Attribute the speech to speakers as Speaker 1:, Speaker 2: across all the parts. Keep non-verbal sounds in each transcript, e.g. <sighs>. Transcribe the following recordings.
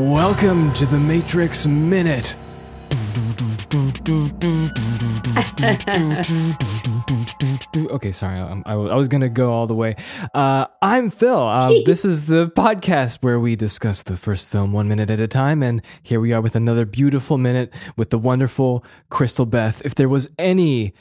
Speaker 1: Welcome to the Matrix Minute. okay, sorry. um, I, I, was going to go all the way. Uh, I'm Phil. Uh, this is the podcast where we discuss the first film one minute at a time. And here we are with another beautiful minute with the wonderful Crystal Beth. If there was any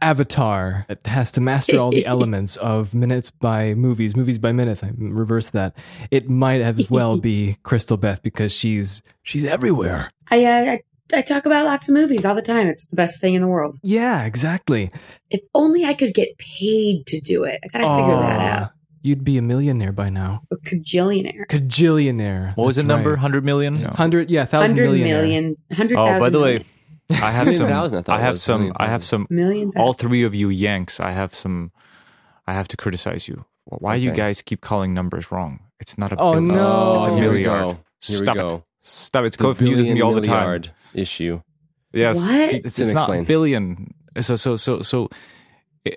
Speaker 1: avatar that has to master
Speaker 2: <laughs>
Speaker 1: all the elements of minutes by movies, movies by minutes. I reverse that. It might as well
Speaker 2: <laughs>
Speaker 1: be Crystal Beth because she's she's everywhere.
Speaker 2: I, uh, I I talk about lots of movies all the time. It's the best thing in the world.
Speaker 1: Yeah, exactly.
Speaker 2: If only I could get paid to do it. I gotta figure that
Speaker 1: Aw,
Speaker 2: out.
Speaker 1: You'd be a millionaire by now.
Speaker 2: A cajillionaire.
Speaker 1: Cajillionaire.
Speaker 3: What was the
Speaker 1: That's
Speaker 3: number?
Speaker 1: right.
Speaker 3: 100 million?
Speaker 1: Hundred, yeah, thousand
Speaker 2: Hundred
Speaker 1: million.
Speaker 2: million. Hundred thousand.
Speaker 3: Oh, by the way, I have
Speaker 4: Million
Speaker 3: some
Speaker 4: thousand, I
Speaker 3: I,
Speaker 4: thought it
Speaker 3: have
Speaker 4: was.
Speaker 3: some
Speaker 4: Million
Speaker 3: I have some
Speaker 2: million.
Speaker 3: all
Speaker 2: thousand.
Speaker 3: three of you yanks, I have some I have to criticize you. Why do you
Speaker 4: Okay.
Speaker 3: guys keep calling numbers wrong? It's not a
Speaker 1: Oh,
Speaker 3: billion.
Speaker 1: no.
Speaker 3: It's a
Speaker 1: Oh, here we
Speaker 3: milliard.
Speaker 4: go. Here we
Speaker 3: Stop
Speaker 4: go.
Speaker 3: it. Stop it. It
Speaker 4: The
Speaker 3: confuses me
Speaker 4: billion
Speaker 3: all the time.
Speaker 4: milliard issue.
Speaker 3: Yes.
Speaker 2: What?
Speaker 3: It's,
Speaker 4: Didn't
Speaker 3: it's not
Speaker 4: explain.
Speaker 3: billion. So so so so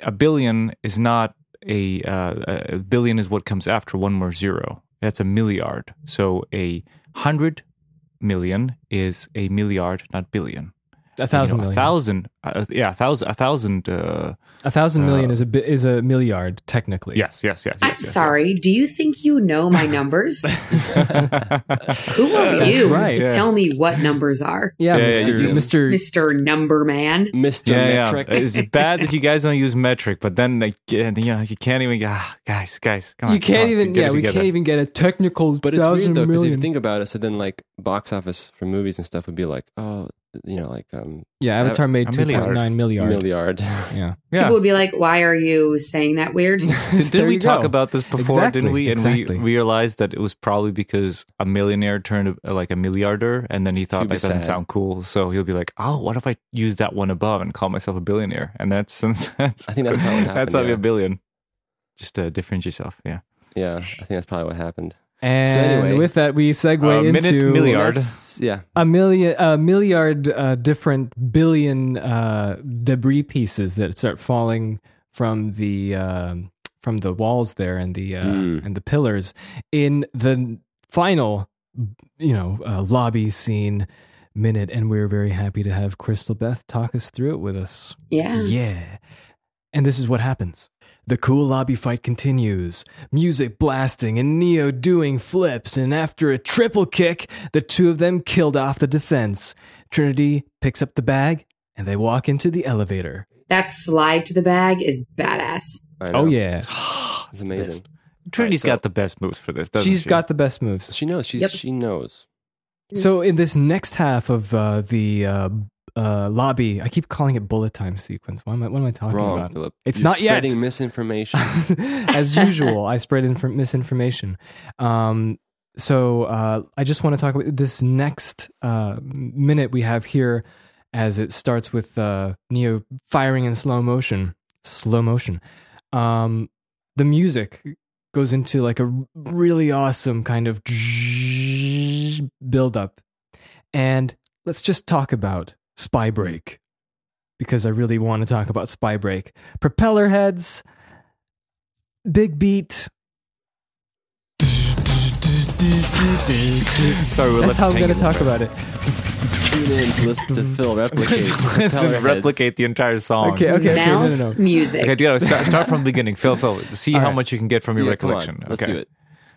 Speaker 3: a billion is not a uh, a billion is what comes after one more zero. That's a milliard. So a hundred million is a milliard, not billion.
Speaker 1: A thousand
Speaker 3: You know,
Speaker 1: million.
Speaker 3: A thousand. Uh, yeah, a thousand. A thousand. Uh,
Speaker 1: A thousand million is a bi- is a milliard technically.
Speaker 3: yes, yes, yes.
Speaker 2: I'm
Speaker 3: yes, yes,
Speaker 2: sorry. Do you think you know
Speaker 1: <laughs>
Speaker 2: my numbers?
Speaker 3: yes.
Speaker 2: <laughs> Who are
Speaker 1: That's
Speaker 2: you
Speaker 1: right.
Speaker 2: to
Speaker 3: Yeah.
Speaker 2: tell me what numbers are,
Speaker 1: Yeah,
Speaker 3: Yeah,
Speaker 1: Mr.
Speaker 4: yeah, yeah.
Speaker 1: Mr.
Speaker 2: Mister Number Man?
Speaker 4: Mr.
Speaker 3: Yeah, yeah.
Speaker 4: Metric.
Speaker 3: It's bad that you guys don't use metric, but then like, you know, you can't even. Ah, guys, guys, come on.
Speaker 1: you can't
Speaker 3: come on,
Speaker 1: even.
Speaker 3: get it
Speaker 1: Yeah, we
Speaker 3: together.
Speaker 1: can't even get a technical.
Speaker 4: But it's
Speaker 1: thousand
Speaker 4: weird though, because if you
Speaker 1: million.
Speaker 4: think about it, so then like box office for movies and stuff would be like, oh, you know, like um,
Speaker 1: yeah, Avatar made
Speaker 3: a
Speaker 1: two
Speaker 3: milliard.
Speaker 1: point nine milliard.
Speaker 4: milliard. <laughs>
Speaker 1: Yeah.
Speaker 3: Yeah.
Speaker 2: People would be like, "Why are you saying
Speaker 1: <laughs>
Speaker 2: that
Speaker 3: <laughs>
Speaker 2: weird?"
Speaker 3: Did,
Speaker 1: There
Speaker 3: did we
Speaker 1: you
Speaker 3: talk
Speaker 1: go.
Speaker 3: about this before? Didn't we? And
Speaker 1: Exactly, exactly.
Speaker 3: we realized that it was probably because a millionaire turned uh, like a milliarder, and then he thought
Speaker 4: He'd be
Speaker 3: that doesn't
Speaker 4: sad.
Speaker 3: sound cool. So he'll be like, "Oh, what if I use that one above and call myself a billionaire?" And that's <laughs> since that's
Speaker 4: I think that's how it
Speaker 3: <laughs>
Speaker 4: happened,
Speaker 3: that's how
Speaker 4: yeah.
Speaker 3: a billion. Just to differentiate yourself. Yeah.
Speaker 4: yeah, I think that's probably what happened.
Speaker 1: And
Speaker 4: anyway,
Speaker 1: with that, we segue
Speaker 3: uh, minute
Speaker 1: into
Speaker 3: milliard.
Speaker 4: That's-
Speaker 3: <gasps>
Speaker 4: yeah,
Speaker 1: a million, a milliard uh, different billion uh, debris pieces that start falling from the um from the walls there and the uh,
Speaker 3: Hmm.
Speaker 4: Mm.
Speaker 1: and the pillars in the final, you know, uh, lobby scene minute. And we're very happy to have Crystal Beth talk us through it with us.
Speaker 2: Yeah.
Speaker 1: Yeah. And this is what happens. The cool lobby fight continues, music blasting and Neo doing flips, and after a triple kick, the two of them killed off the defense. Trinity picks up the bag and they walk into the elevator.
Speaker 2: That slide to the bag is badass.
Speaker 4: I
Speaker 1: Oh
Speaker 4: know.
Speaker 1: yeah.
Speaker 4: <sighs> it's amazing.
Speaker 3: Trinity's
Speaker 4: so-
Speaker 3: got the best moves for this, doesn't
Speaker 1: She's
Speaker 3: she?
Speaker 1: got the best moves.
Speaker 4: She knows. She's
Speaker 2: Yep.
Speaker 4: she knows.
Speaker 1: So in this next half of uh, the uh, uh, lobby, I keep calling it bullet time sequence. What am I, what am I talking
Speaker 4: Wrong,
Speaker 1: about?
Speaker 4: Philip.
Speaker 1: It's
Speaker 4: You're
Speaker 1: not yet. <laughs>
Speaker 4: spreading misinformation.
Speaker 1: as usual, I spread inf- misinformation. Um, so uh, I just want to talk about this next uh, minute we have here, as it starts with uh, Neo firing in slow motion. Slow motion. Um, the music goes into like a really awesome kind of build up, and let's just talk about Spy Break. Because I really want to talk about Spy Break. Propeller heads, big beat.
Speaker 3: Sorry, we're
Speaker 1: That's
Speaker 3: left
Speaker 1: how I'm going to
Speaker 3: hanging
Speaker 1: talk
Speaker 3: there.
Speaker 1: about it.
Speaker 4: Tune in to listen to Phil replicate. Tell
Speaker 3: <laughs>
Speaker 4: her
Speaker 3: Listen,
Speaker 4: heads.
Speaker 3: replicate the entire song.
Speaker 1: Okay, okay, okay, no,
Speaker 2: Mouth
Speaker 1: no, no.
Speaker 2: music.
Speaker 3: Okay, yeah, start, start from the beginning. Phil, Phil, see
Speaker 1: All
Speaker 3: how
Speaker 1: right.
Speaker 3: much you can get from your
Speaker 4: Yeah, come on,
Speaker 3: recollection.
Speaker 4: Let's
Speaker 3: okay.
Speaker 4: do it.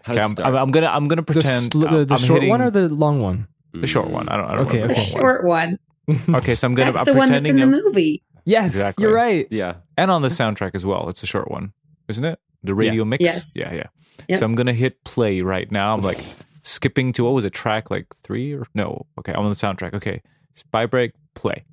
Speaker 4: How
Speaker 3: Okay,
Speaker 4: does
Speaker 3: I'm,
Speaker 4: it start?
Speaker 3: I'm, I'm gonna I'm gonna
Speaker 1: The,
Speaker 3: pretend uh,
Speaker 1: sl- the, the
Speaker 3: I'm
Speaker 1: short
Speaker 3: hitting
Speaker 1: one or the long one?
Speaker 3: the
Speaker 4: Mm.
Speaker 3: short one. I don't. I don't
Speaker 1: Okay,
Speaker 3: remember
Speaker 2: the
Speaker 1: okay.
Speaker 3: which one.
Speaker 2: short one.
Speaker 3: <laughs> Okay, so I'm gonna
Speaker 2: That's
Speaker 3: I'm
Speaker 2: the one that's
Speaker 3: pretending
Speaker 2: in the
Speaker 3: I'm-
Speaker 2: movie.
Speaker 1: Yes,
Speaker 3: Exactly.
Speaker 1: you're right.
Speaker 4: Yeah.
Speaker 3: and on the soundtrack as well. It's a short one, isn't it? The radio mix.
Speaker 2: Yes.
Speaker 3: Yeah, yeah.
Speaker 2: Yep.
Speaker 3: So I'm gonna hit play right now.
Speaker 2: <laughs>
Speaker 3: I'm like skipping to what was it? Track like three or no? Okay, I'm on the soundtrack. Okay, spy break play.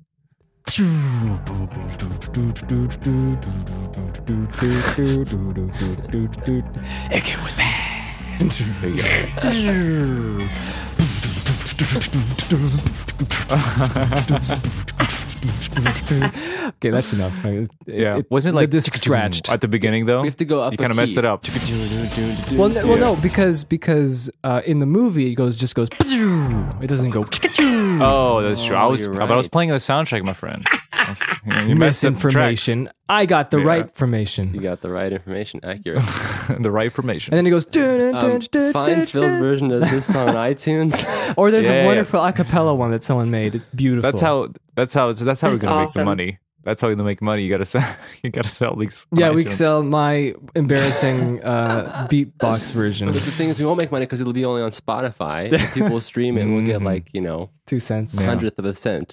Speaker 1: It was
Speaker 3: There you go.
Speaker 1: bad. okay, that's enough. It,
Speaker 3: Yeah, wasn't it like
Speaker 1: the disc scratched?
Speaker 3: at the beginning though?
Speaker 4: We have to go up.
Speaker 3: you
Speaker 4: kind of
Speaker 3: messed it
Speaker 4: <clears throat>
Speaker 3: up.
Speaker 1: Well, no, well, no, because because uh, in the movie it goes just goes. It doesn't go.
Speaker 3: Oh, that's true. I
Speaker 4: Oh,
Speaker 3: was
Speaker 4: you're
Speaker 3: but I was
Speaker 4: right. <laughs>
Speaker 3: playing the soundtrack, my friend. That's- you know, you messed up the tracks.
Speaker 1: misinformation. I got the
Speaker 3: Yeah.
Speaker 1: right
Speaker 4: You
Speaker 1: information.
Speaker 4: got the right information, accurate.
Speaker 3: <laughs> the right information.
Speaker 1: And then it goes,
Speaker 4: Um, find Phil's version of this song
Speaker 1: <laughs>
Speaker 4: on iTunes.
Speaker 1: or there's
Speaker 3: Yeah,
Speaker 1: a
Speaker 3: yeah.
Speaker 1: wonderful a cappella one that someone made. It's beautiful.
Speaker 3: that's how. That's how. That's how
Speaker 2: That's
Speaker 3: we're gonna
Speaker 2: awesome.
Speaker 3: make the money. That's how you make money. You gotta sell. <laughs> You gotta sell these.
Speaker 1: Yeah, we
Speaker 3: iTunes.
Speaker 1: sell my embarrassing
Speaker 4: <laughs>
Speaker 1: uh, beatbox version.
Speaker 4: But the thing is, we won't make money because it'll be only on
Speaker 1: <laughs>
Speaker 4: Spotify. If people will stream it, we'll get
Speaker 1: Mm.
Speaker 4: like you know
Speaker 1: Two cents.
Speaker 3: Yeah.
Speaker 4: hundredth of a cent.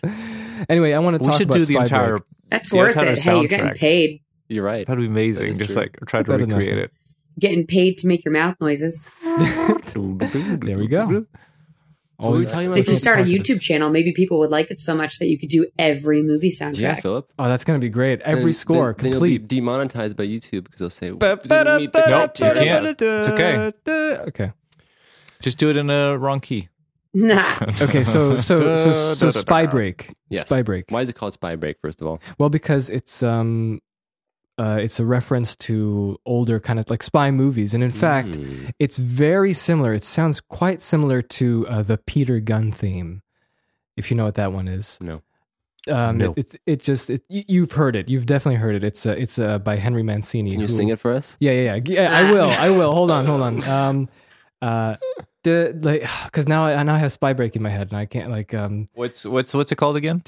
Speaker 1: Anyway, I want to
Speaker 3: We
Speaker 1: talk
Speaker 3: should
Speaker 1: about
Speaker 3: do the
Speaker 1: Spy
Speaker 3: entire.
Speaker 1: Break.
Speaker 2: That's
Speaker 3: The
Speaker 2: worth
Speaker 3: entire
Speaker 2: it. Hey, you're getting
Speaker 3: soundtrack.
Speaker 2: paid.
Speaker 4: You're right.
Speaker 3: That'd be amazing.
Speaker 4: is
Speaker 3: Just
Speaker 4: true.
Speaker 3: like try to
Speaker 1: Better than
Speaker 3: recreate it.
Speaker 2: Getting paid to make your mouth noises.
Speaker 3: there
Speaker 1: we go.
Speaker 4: So what were you
Speaker 1: Always-
Speaker 4: talking about?
Speaker 2: If you
Speaker 4: Philip?
Speaker 2: start a
Speaker 1: podcast.
Speaker 2: YouTube channel, maybe people would like it so much that you could do every movie soundtrack.
Speaker 4: yeah, Philip.
Speaker 1: Oh, that's gonna be great. Every
Speaker 4: Then-
Speaker 1: score
Speaker 4: then, Then <laughs>
Speaker 1: complete.
Speaker 4: you'll be demonetized by YouTube because they'll say,
Speaker 1: Nope,
Speaker 4: "Didn't meet the
Speaker 3: you
Speaker 4: criteria."
Speaker 3: can't. It's okay.
Speaker 1: Okay.
Speaker 3: <laughs> Just do it in a wrong key.
Speaker 2: <laughs> Nah.
Speaker 1: <laughs> Okay. So so so so
Speaker 3: Da-da-da-da.
Speaker 1: spy break.
Speaker 4: Yes.
Speaker 1: Spy break.
Speaker 4: Why is it called Spy Break? First of all,
Speaker 1: Well, because it's um, uh, it's a reference to older kind of like spy movies, and in fact,
Speaker 4: Mm.
Speaker 1: it's very similar. It sounds quite similar to uh, the Peter Gunn theme, if you know what that one is.
Speaker 4: no.
Speaker 1: Um,
Speaker 3: No.
Speaker 1: it, it's it just it, you- you've heard it. You've definitely heard it. It's uh, it's uh, by Henry Mancini.
Speaker 4: Can you
Speaker 1: who-
Speaker 4: sing it for us?
Speaker 1: Yeah, yeah, yeah. yeah I will. I will. Hold on. Hold
Speaker 4: <laughs>
Speaker 1: on. Um, uh, d- like, <sighs> because now I now I have spy break in my head, and I can't like um.
Speaker 3: What's what's what's it called again?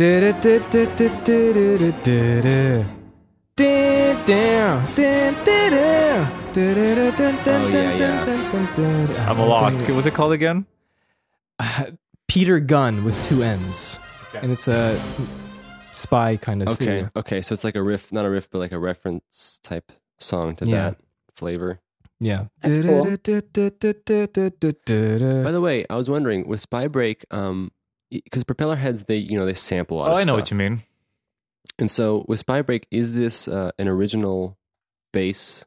Speaker 3: I'm
Speaker 1: I'm
Speaker 3: lost. What's it called again?
Speaker 1: Peter Gunn with two N's. And it's a spy kind of
Speaker 4: Okay. Okay. So it's like a riff, not a riff, but like a reference type song to
Speaker 1: Yeah.
Speaker 4: that flavor.
Speaker 1: Yeah.
Speaker 2: That's cool.
Speaker 4: By the way, I was wondering with Spy Break, um, because Propeller Heads, they you know they sample a lot.
Speaker 3: Oh,
Speaker 4: of
Speaker 3: I know
Speaker 4: stuff.
Speaker 3: what you mean.
Speaker 4: And so with Spy Break, is this uh, an original bass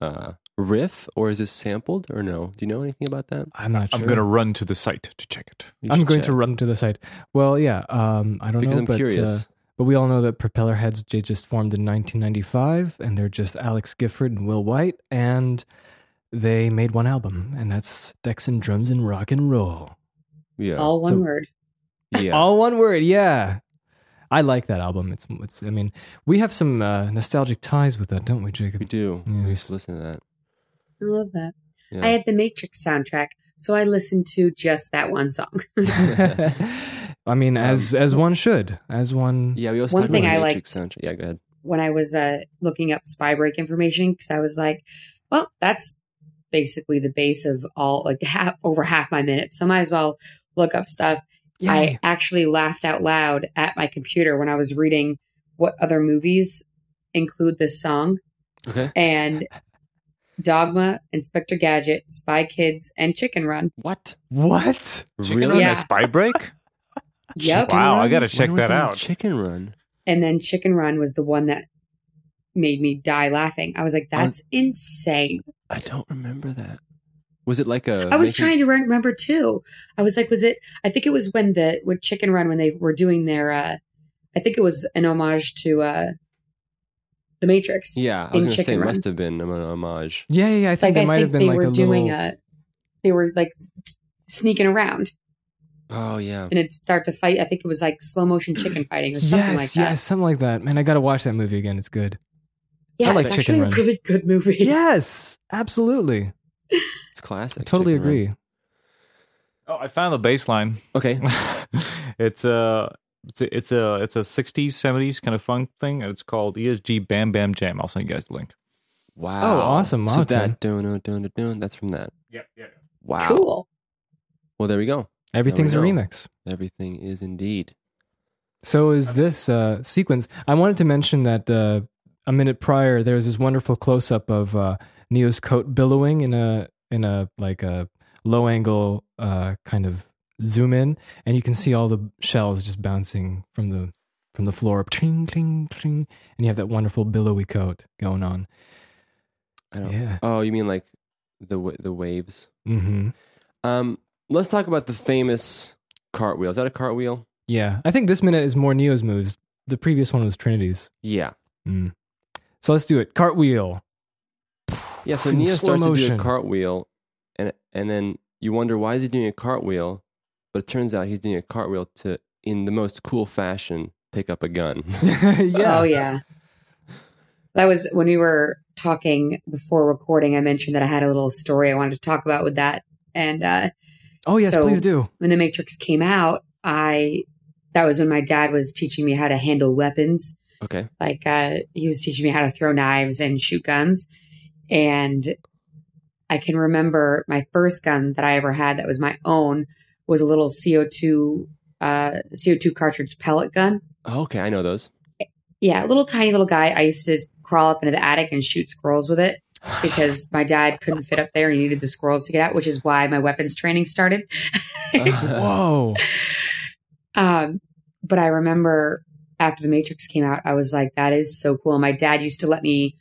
Speaker 4: uh, riff or is this sampled or no? Do you know anything about that?
Speaker 1: I'm not sure.
Speaker 3: I'm gonna run to the site to check it.
Speaker 4: You
Speaker 1: I'm
Speaker 4: should
Speaker 1: going
Speaker 4: check.
Speaker 1: to run to the site. Well, yeah. Um, I don't
Speaker 4: because
Speaker 1: know,
Speaker 4: I'm
Speaker 1: but
Speaker 4: curious.
Speaker 1: Uh, But we all know that Propeller Heads they just formed in 1995, and they're just Alex Gifford and Will White, and they made one album, and that's Dex and Drums and Rock and Roll.
Speaker 4: yeah.
Speaker 2: All one
Speaker 1: So-
Speaker 2: word.
Speaker 4: yeah.
Speaker 1: All one word, yeah. I like that album. It's, it's I mean, we have some uh, nostalgic ties with that, don't we,
Speaker 4: we <laughs>
Speaker 1: Jacob?
Speaker 4: do.
Speaker 1: Yes.
Speaker 4: We used to listen to that.
Speaker 2: I love that.
Speaker 4: Yeah.
Speaker 2: I had the Matrix soundtrack, so I listened to just that one song. <laughs>
Speaker 1: I mean, as
Speaker 4: Um,
Speaker 1: as one should, as one.
Speaker 4: yeah, we also
Speaker 2: One
Speaker 4: talked
Speaker 2: thing
Speaker 4: about
Speaker 2: I
Speaker 4: the Matrix soundtrack. Yeah, go ahead.
Speaker 2: when I was uh, looking up spy break information, because I was like, well, that's basically the base of all, like <laughs> half, over half my minutes. So might as well look up stuff. I actually laughed out loud at my computer when I was reading what other movies include this song.
Speaker 4: Okay.
Speaker 2: And Dogma, Inspector Gadget, Spy Kids, and Chicken Run.
Speaker 4: What?
Speaker 1: What?
Speaker 3: Chicken
Speaker 4: really?
Speaker 3: Run,
Speaker 2: Yeah.
Speaker 3: a spy
Speaker 4: <laughs>
Speaker 3: break.
Speaker 2: Yep.
Speaker 3: Wow, I gotta
Speaker 4: When
Speaker 3: check
Speaker 4: was
Speaker 3: that out.
Speaker 4: Chicken Run.
Speaker 2: And then Chicken Run was the one that made me die laughing. I was like, that's insane.
Speaker 4: I don't remember that. Was it like a?
Speaker 2: I was
Speaker 4: making-
Speaker 2: trying to re- remember too. I was like, was it? I think it was when the with Chicken Run when they were doing their. uh I think it was an homage to uh the Matrix.
Speaker 4: Yeah, I
Speaker 2: in
Speaker 4: was gonna say
Speaker 2: Chicken
Speaker 4: it
Speaker 2: Run.
Speaker 4: must have been an homage.
Speaker 1: Yeah, yeah. yeah. I
Speaker 2: like
Speaker 1: think they
Speaker 2: I
Speaker 1: might
Speaker 2: think
Speaker 1: have been
Speaker 2: they
Speaker 1: like
Speaker 2: were
Speaker 1: a
Speaker 2: doing
Speaker 1: little.
Speaker 2: a. They were like s- sneaking around
Speaker 4: Oh yeah.
Speaker 2: and it start to fight. I think it was like slow motion chicken
Speaker 1: <clears throat>
Speaker 2: fighting or something
Speaker 1: yes,
Speaker 2: like that.
Speaker 1: yes, something like that. Man, I gotta watch that movie again. It's
Speaker 2: <laughs>
Speaker 1: good.
Speaker 2: yeah,
Speaker 1: I like
Speaker 2: it's
Speaker 1: Chicken
Speaker 2: actually
Speaker 1: Run.
Speaker 2: a really good movie.
Speaker 1: <laughs> Yes, absolutely.
Speaker 4: It's classic.
Speaker 1: I totally
Speaker 4: Chicken Run.
Speaker 1: agree.
Speaker 3: Oh, I found the baseline.
Speaker 4: Okay.
Speaker 3: <laughs> it's a it's a it's a it's a 60s 70s kind of funk thing and it's called ESG Bam Bam Jam. I'll send you guys the link.
Speaker 4: Oh, Wow.
Speaker 1: awesome,
Speaker 4: So
Speaker 1: Martin.
Speaker 4: that dun dun dun dun. That's from that.
Speaker 3: Yeah, yeah.
Speaker 2: <laughs>
Speaker 4: Wow.
Speaker 2: Cool.
Speaker 4: Well, there we go.
Speaker 1: Everything's a
Speaker 4: There we go.
Speaker 1: remix.
Speaker 4: Everything is indeed.
Speaker 1: So is this uh, sequence. I wanted to mention that uh, a minute prior there was this wonderful close up of uh, Neo's coat billowing in a in a like a low angle uh, kind of zoom in, and you can see all the shells just bouncing from the from the floor up, tring, tring, tring, and you have that wonderful billowy coat going on.
Speaker 4: I don't.
Speaker 1: Yeah.
Speaker 4: Oh, you mean like the wa- the waves?
Speaker 1: Mm-hmm.
Speaker 4: Um, let's talk about the famous cartwheel. Is that a cartwheel?
Speaker 1: Yeah. I think this minute is more Neo's moves. The previous one was Trinity's.
Speaker 4: Yeah.
Speaker 1: Mm. So let's do it. Cartwheel. <laughs>
Speaker 4: Yeah. So
Speaker 1: In
Speaker 4: Neo
Speaker 1: slow
Speaker 4: starts to do
Speaker 1: motion.
Speaker 4: a cartwheel, and and then you wonder why is he doing a cartwheel, but it turns out he's doing a cartwheel to in the most cool fashion pick up a gun. <laughs>
Speaker 1: yeah.
Speaker 2: <laughs> Oh yeah. That was when we were talking before recording. I mentioned that I had a little story I wanted to talk about with that. And uh,
Speaker 1: Oh, yes,
Speaker 2: So-
Speaker 1: please do.
Speaker 2: when The Matrix came out, I that was when my dad was teaching me how to handle weapons.
Speaker 4: okay.
Speaker 2: like uh, he was teaching me how to throw knives and shoot guns and i can remember my first gun that i ever had that was my own was a little co2 uh, co2 cartridge pellet gun
Speaker 4: Oh, okay, I
Speaker 1: <laughs>
Speaker 4: know those.
Speaker 2: yeah a little tiny little guy i used to crawl up into the attic and shoot squirrels with it because my dad couldn't fit up there and he needed the squirrels to get out which is why my weapons training started
Speaker 1: Whoa.
Speaker 2: Um, but I remember after The Matrix came out, I was like, that is so cool. My dad used to let me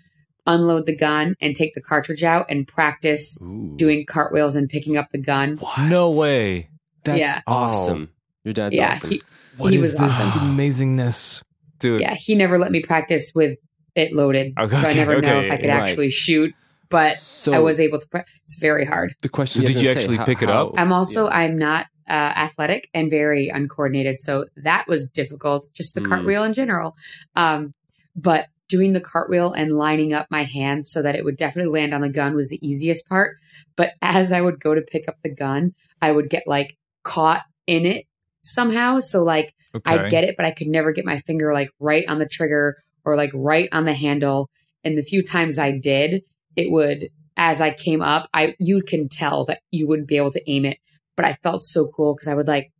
Speaker 2: unload the gun and take the cartridge out and practice
Speaker 4: Ooh,
Speaker 2: doing cartwheels and picking up the gun.
Speaker 3: No way. That's
Speaker 2: Yeah.
Speaker 3: awesome.
Speaker 4: awesome. Your dad's
Speaker 2: yeah,
Speaker 4: awesome.
Speaker 2: he,
Speaker 1: <laughs> What
Speaker 2: he
Speaker 1: is
Speaker 2: was
Speaker 1: this
Speaker 2: awesome.
Speaker 1: amazingness?
Speaker 3: Dude.
Speaker 2: Yeah, he never let me practice with it loaded,
Speaker 3: Okay,
Speaker 2: so I never know
Speaker 3: okay,
Speaker 2: if I could
Speaker 4: right.
Speaker 2: actually shoot. But
Speaker 4: so
Speaker 2: I
Speaker 4: <laughs>
Speaker 2: was able to. Pra- it's very hard.
Speaker 4: the question.
Speaker 3: So
Speaker 4: I was
Speaker 3: did you
Speaker 4: gonna say,
Speaker 3: actually
Speaker 4: how-
Speaker 3: pick it
Speaker 4: how-
Speaker 3: up?
Speaker 2: I'm also I'm not uh, athletic and very uncoordinated, so that was difficult. Just the
Speaker 4: Mm.
Speaker 2: cartwheel in general, um, but doing the cartwheel and lining up my hands so that it would definitely land on the gun was the easiest part. But <laughs> as I would go to pick up the gun, I would get like caught in it somehow. So like
Speaker 3: Okay.
Speaker 2: I'd get it, but I could never get my finger like right on the trigger or like right on the handle. And the few times I did, it would as I came up, I you can tell that you wouldn't be able to aim it. But I felt so cool because I would like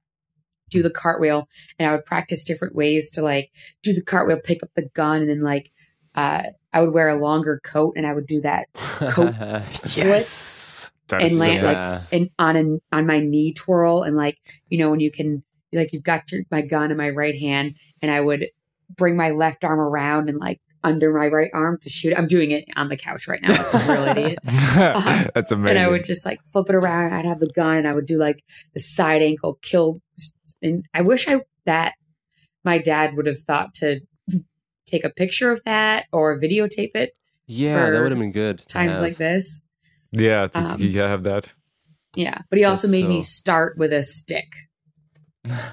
Speaker 2: do the cartwheel and I would practice different ways to like do the cartwheel, pick up the gun, and then like uh I would wear a longer coat and I would do that
Speaker 1: Yes.
Speaker 3: That's
Speaker 2: and land
Speaker 4: sick.
Speaker 2: like
Speaker 4: Yeah.
Speaker 2: and on an on my knee twirl and like you know when you can like you've got your, my gun in my right hand and I would bring my left arm around and like under my right arm to shoot. I'm doing it on the couch right now. I'm a real
Speaker 4: <laughs>
Speaker 2: idiot.
Speaker 3: <laughs> That's
Speaker 2: <laughs>
Speaker 3: amazing.
Speaker 2: And I would just like flip it around. I'd have the gun and I would do like the side ankle kill. And I wish I that my dad would have thought to take a picture of that or videotape it
Speaker 4: yeah, that
Speaker 2: for
Speaker 4: would have been good. to
Speaker 2: times
Speaker 4: have.
Speaker 2: like this.
Speaker 3: yeah, t-
Speaker 2: um,
Speaker 3: t- yeah, have that.
Speaker 2: Yeah. But he also
Speaker 4: That's
Speaker 2: made me
Speaker 4: so-
Speaker 2: start with a stick.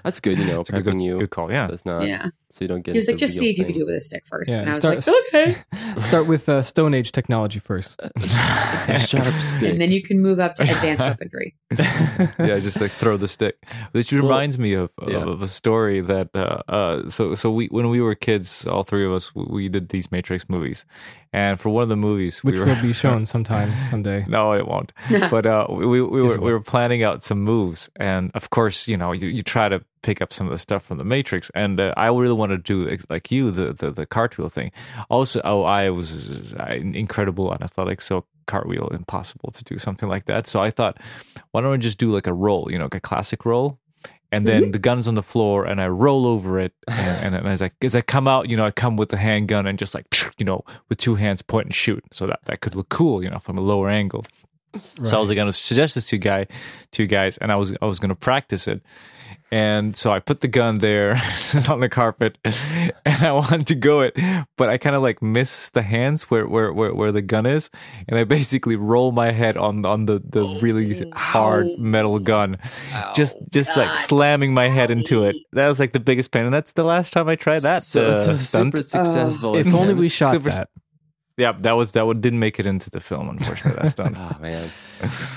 Speaker 4: That's good, you know,
Speaker 3: It's a
Speaker 4: prepping
Speaker 3: good,
Speaker 4: you
Speaker 3: good call. Yeah.
Speaker 4: so it's not
Speaker 2: yeah.
Speaker 4: so you don't get.
Speaker 2: He was
Speaker 4: the
Speaker 2: like, just
Speaker 4: real
Speaker 2: see if you
Speaker 4: thing.
Speaker 2: could do it with a stick first.
Speaker 1: Yeah,
Speaker 2: and I was
Speaker 1: start-
Speaker 2: like, okay.
Speaker 1: Start with uh, Stone Age technology first.
Speaker 4: <laughs> Sharp stick.
Speaker 2: And then you can move up to advanced weaponry.
Speaker 3: <laughs>
Speaker 2: <laughs>
Speaker 3: <laughs> yeah, just like throw the stick. This reminds me of, of,
Speaker 4: yeah.
Speaker 3: of a story that uh, uh, so so we when we were kids, all three of us we, we did these Matrix movies, and for one of the movies,
Speaker 1: which
Speaker 3: we were,
Speaker 1: will be shown sometime someday.
Speaker 3: <laughs> No, it won't. <laughs> but uh, we we were we were planning out some moves, and of course, you know, you, you try to pick up some of the stuff from the Matrix, and uh, I really want to do ex- like you the the, the cartwheel thing. Also, oh, I was uh, incredible on athletics, so cartwheel impossible to do something like that. So I thought, why don't I just do like a roll, you know, like a classic roll. And then the gun's on the floor, and I roll over it. And, and, and as I as I come out, you know, I come with the handgun and just like, you know, with two hands, point and shoot. So that, that could look cool, you know, from a lower angle. So I was like, going to suggest this to you guy, to you guys, and I was I was going to practice it. And so I put the gun there, <laughs> it's on the carpet, <laughs> and I wanted to go it, but I kind of like miss the hands where, where where where the gun is, and I basically roll my head on on the the really hard
Speaker 4: Oh,
Speaker 3: metal gun, just just like slamming my head into it. That was like the biggest pain, and that's the last time I tried that. <laughs>
Speaker 4: so,
Speaker 3: uh,
Speaker 4: so
Speaker 3: stunt.
Speaker 4: super successful.
Speaker 1: if only we shot
Speaker 3: Super-
Speaker 1: that.
Speaker 3: yeah, that was that one didn't make it into the film, unfortunately. That stunt.
Speaker 4: <laughs> Oh man.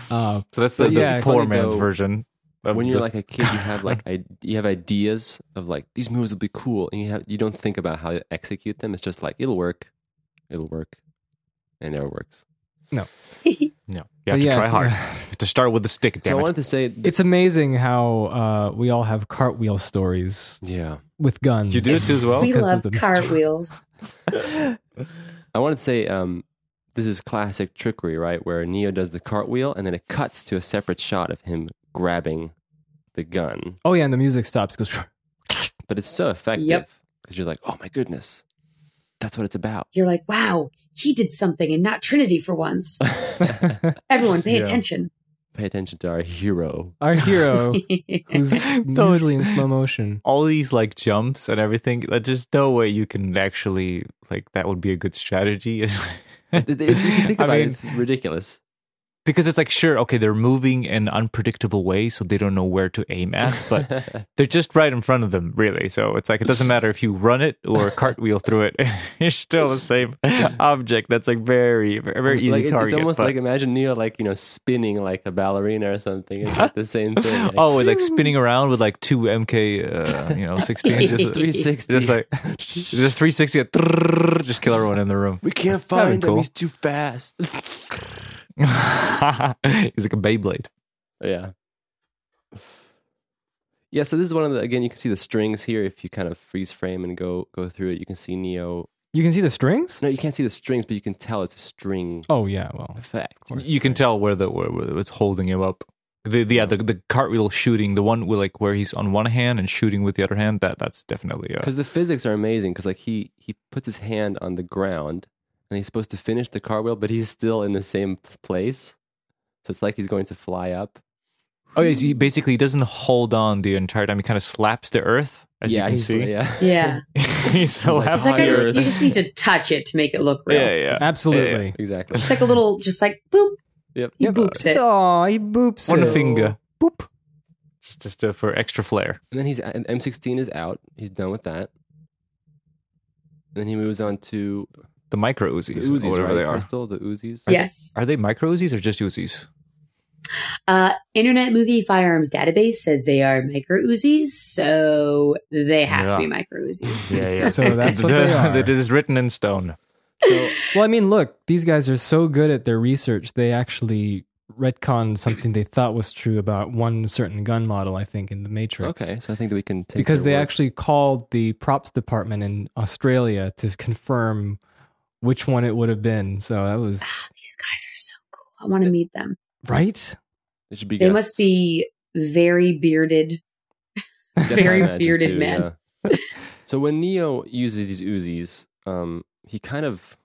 Speaker 1: Uh,
Speaker 3: So that's the,
Speaker 1: But
Speaker 3: the
Speaker 1: yeah, it's
Speaker 3: poor
Speaker 4: funny
Speaker 3: man's
Speaker 4: though,
Speaker 3: version. of
Speaker 4: when you're
Speaker 3: the-
Speaker 4: like a kid, you
Speaker 3: <laughs>
Speaker 4: have like I, you have ideas of like these moves will be cool, and you have you don't think about how to execute them. It's just like it'll work, it'll work, and it never works.
Speaker 3: no, you have
Speaker 1: but
Speaker 3: to
Speaker 1: yeah,
Speaker 3: try hard.
Speaker 1: yeah.
Speaker 3: You have to start with the stick.
Speaker 4: so I
Speaker 3: Damn it!
Speaker 4: wanted to say, th-
Speaker 1: It's amazing how uh, we all have cartwheel stories
Speaker 4: yeah,
Speaker 1: with guns.
Speaker 3: Did you do it too as well?
Speaker 2: we
Speaker 1: because of
Speaker 2: love
Speaker 1: the-
Speaker 2: cartwheels.
Speaker 4: I wanted to say, um, this is classic trickery, right? Where Neo does the cartwheel, and then it cuts to a separate shot of him grabbing the gun,
Speaker 1: Oh yeah, and the music stops because
Speaker 4: but it's so effective
Speaker 2: Yep.
Speaker 4: because you're like, oh my goodness, that's what it's
Speaker 3: <laughs>
Speaker 4: about. <laughs>
Speaker 2: You're like, wow, he did something and not Trinity for once. Everyone pay
Speaker 3: Yeah.
Speaker 2: attention.
Speaker 4: Pay attention to our hero.
Speaker 1: <laughs> our
Speaker 2: <laughs>
Speaker 1: hero, Oh. who's
Speaker 3: Don't.
Speaker 1: usually in slow motion,
Speaker 3: All these like jumps and everything. That just no way you can actually like that would be a good strategy. <laughs> Is
Speaker 4: If you think
Speaker 3: I <laughs>
Speaker 4: about it,
Speaker 3: mean,
Speaker 4: it's ridiculous.
Speaker 3: because it's like sure okay they're moving in unpredictable ways so they don't know where to aim
Speaker 4: <laughs>
Speaker 3: at but they're just right in front of them really so it's like it doesn't matter if you run it
Speaker 4: <laughs>
Speaker 3: or cartwheel through it <laughs> you're still the same object that's like very very, very easy
Speaker 4: like, it-
Speaker 3: target
Speaker 4: It's almost
Speaker 3: but-
Speaker 4: like imagine Neo like you know spinning like a ballerina or something. It's like the same
Speaker 3: <laughs>
Speaker 4: thing. Like, <laughs>
Speaker 3: oh like spinning around with like two mk uh, you know 16 <laughs> just,
Speaker 4: 360.
Speaker 3: just
Speaker 4: <laughs>
Speaker 3: like just 360 uh, just kill everyone in the room <laughs>
Speaker 4: we can't
Speaker 3: That'd be
Speaker 4: find him.
Speaker 3: cool.
Speaker 4: He's too fast. <laughs>
Speaker 3: he's like a beyblade
Speaker 4: yeah. Yeah, so this is one of the again you can see the strings here if you kind of freeze frame and go go through it. You can see Neo.
Speaker 1: You can see the strings?
Speaker 4: No, you can't see the strings, but you can tell it's a string
Speaker 1: Oh, yeah. Well,
Speaker 4: effect.
Speaker 3: you can tell where the where, where it's holding him up. The, the yeah the, the cartwheel shooting the one with like where he's on one hand and shooting with the other hand that that's definitely uh,
Speaker 4: because the physics are amazing because like he he puts his hand on the ground and he's supposed to finish the car wheel but he's still in the same place so it's like he's going to fly up
Speaker 3: oh yeah he basically he doesn't hold on the entire time he kind of slaps the earth as
Speaker 4: yeah
Speaker 3: you can
Speaker 4: he's-
Speaker 3: see <laughs>
Speaker 4: yeah <laughs>
Speaker 2: Yeah.
Speaker 3: he slaps
Speaker 2: It's like I
Speaker 3: the
Speaker 2: just,
Speaker 3: earth
Speaker 2: you just need to touch it to make it look real.
Speaker 3: yeah yeah
Speaker 1: absolutely.
Speaker 4: exactly
Speaker 2: It's like a little, just like boop.
Speaker 4: Yep.
Speaker 2: He boops it.
Speaker 1: Oh, he boops
Speaker 3: one
Speaker 1: it.
Speaker 3: finger boop just just uh, for extra flair
Speaker 4: <laughs> and then he's and m16 is out he's done with that and then he moves on to
Speaker 3: the micro
Speaker 4: the
Speaker 3: Uzis,
Speaker 4: Uzis,
Speaker 3: or whatever
Speaker 4: right?
Speaker 3: they are
Speaker 4: Crystal, the Uzis.
Speaker 2: Yes.
Speaker 3: are they micro Uzis or just Uzis
Speaker 2: Uh, Internet Movie Firearms Database says they are micro Uzis, so they have to be
Speaker 3: Yeah.
Speaker 2: micro Uzis.
Speaker 3: yeah <laughs> yeah
Speaker 1: So that's what they are.
Speaker 3: it is written in stone <laughs>
Speaker 4: So
Speaker 1: Well, I mean, look, these guys are so good at their research, they actually retcon something they thought was true about one certain gun model, I think, in the Matrix.
Speaker 4: okay, so I think that we can take
Speaker 1: Because
Speaker 4: their
Speaker 1: they
Speaker 4: word.
Speaker 1: actually called the props department in Australia to confirm which one it would have been. So that
Speaker 4: <sighs>
Speaker 1: was
Speaker 2: Ah, These guys are so cool. I want to meet them.
Speaker 1: right.
Speaker 4: They should be
Speaker 2: They
Speaker 4: guests.
Speaker 2: must be very bearded.
Speaker 4: That's what I
Speaker 2: very
Speaker 4: imagine
Speaker 2: bearded men. <laughs>
Speaker 4: yeah. so when Neo uses these Uzis, um, he kind of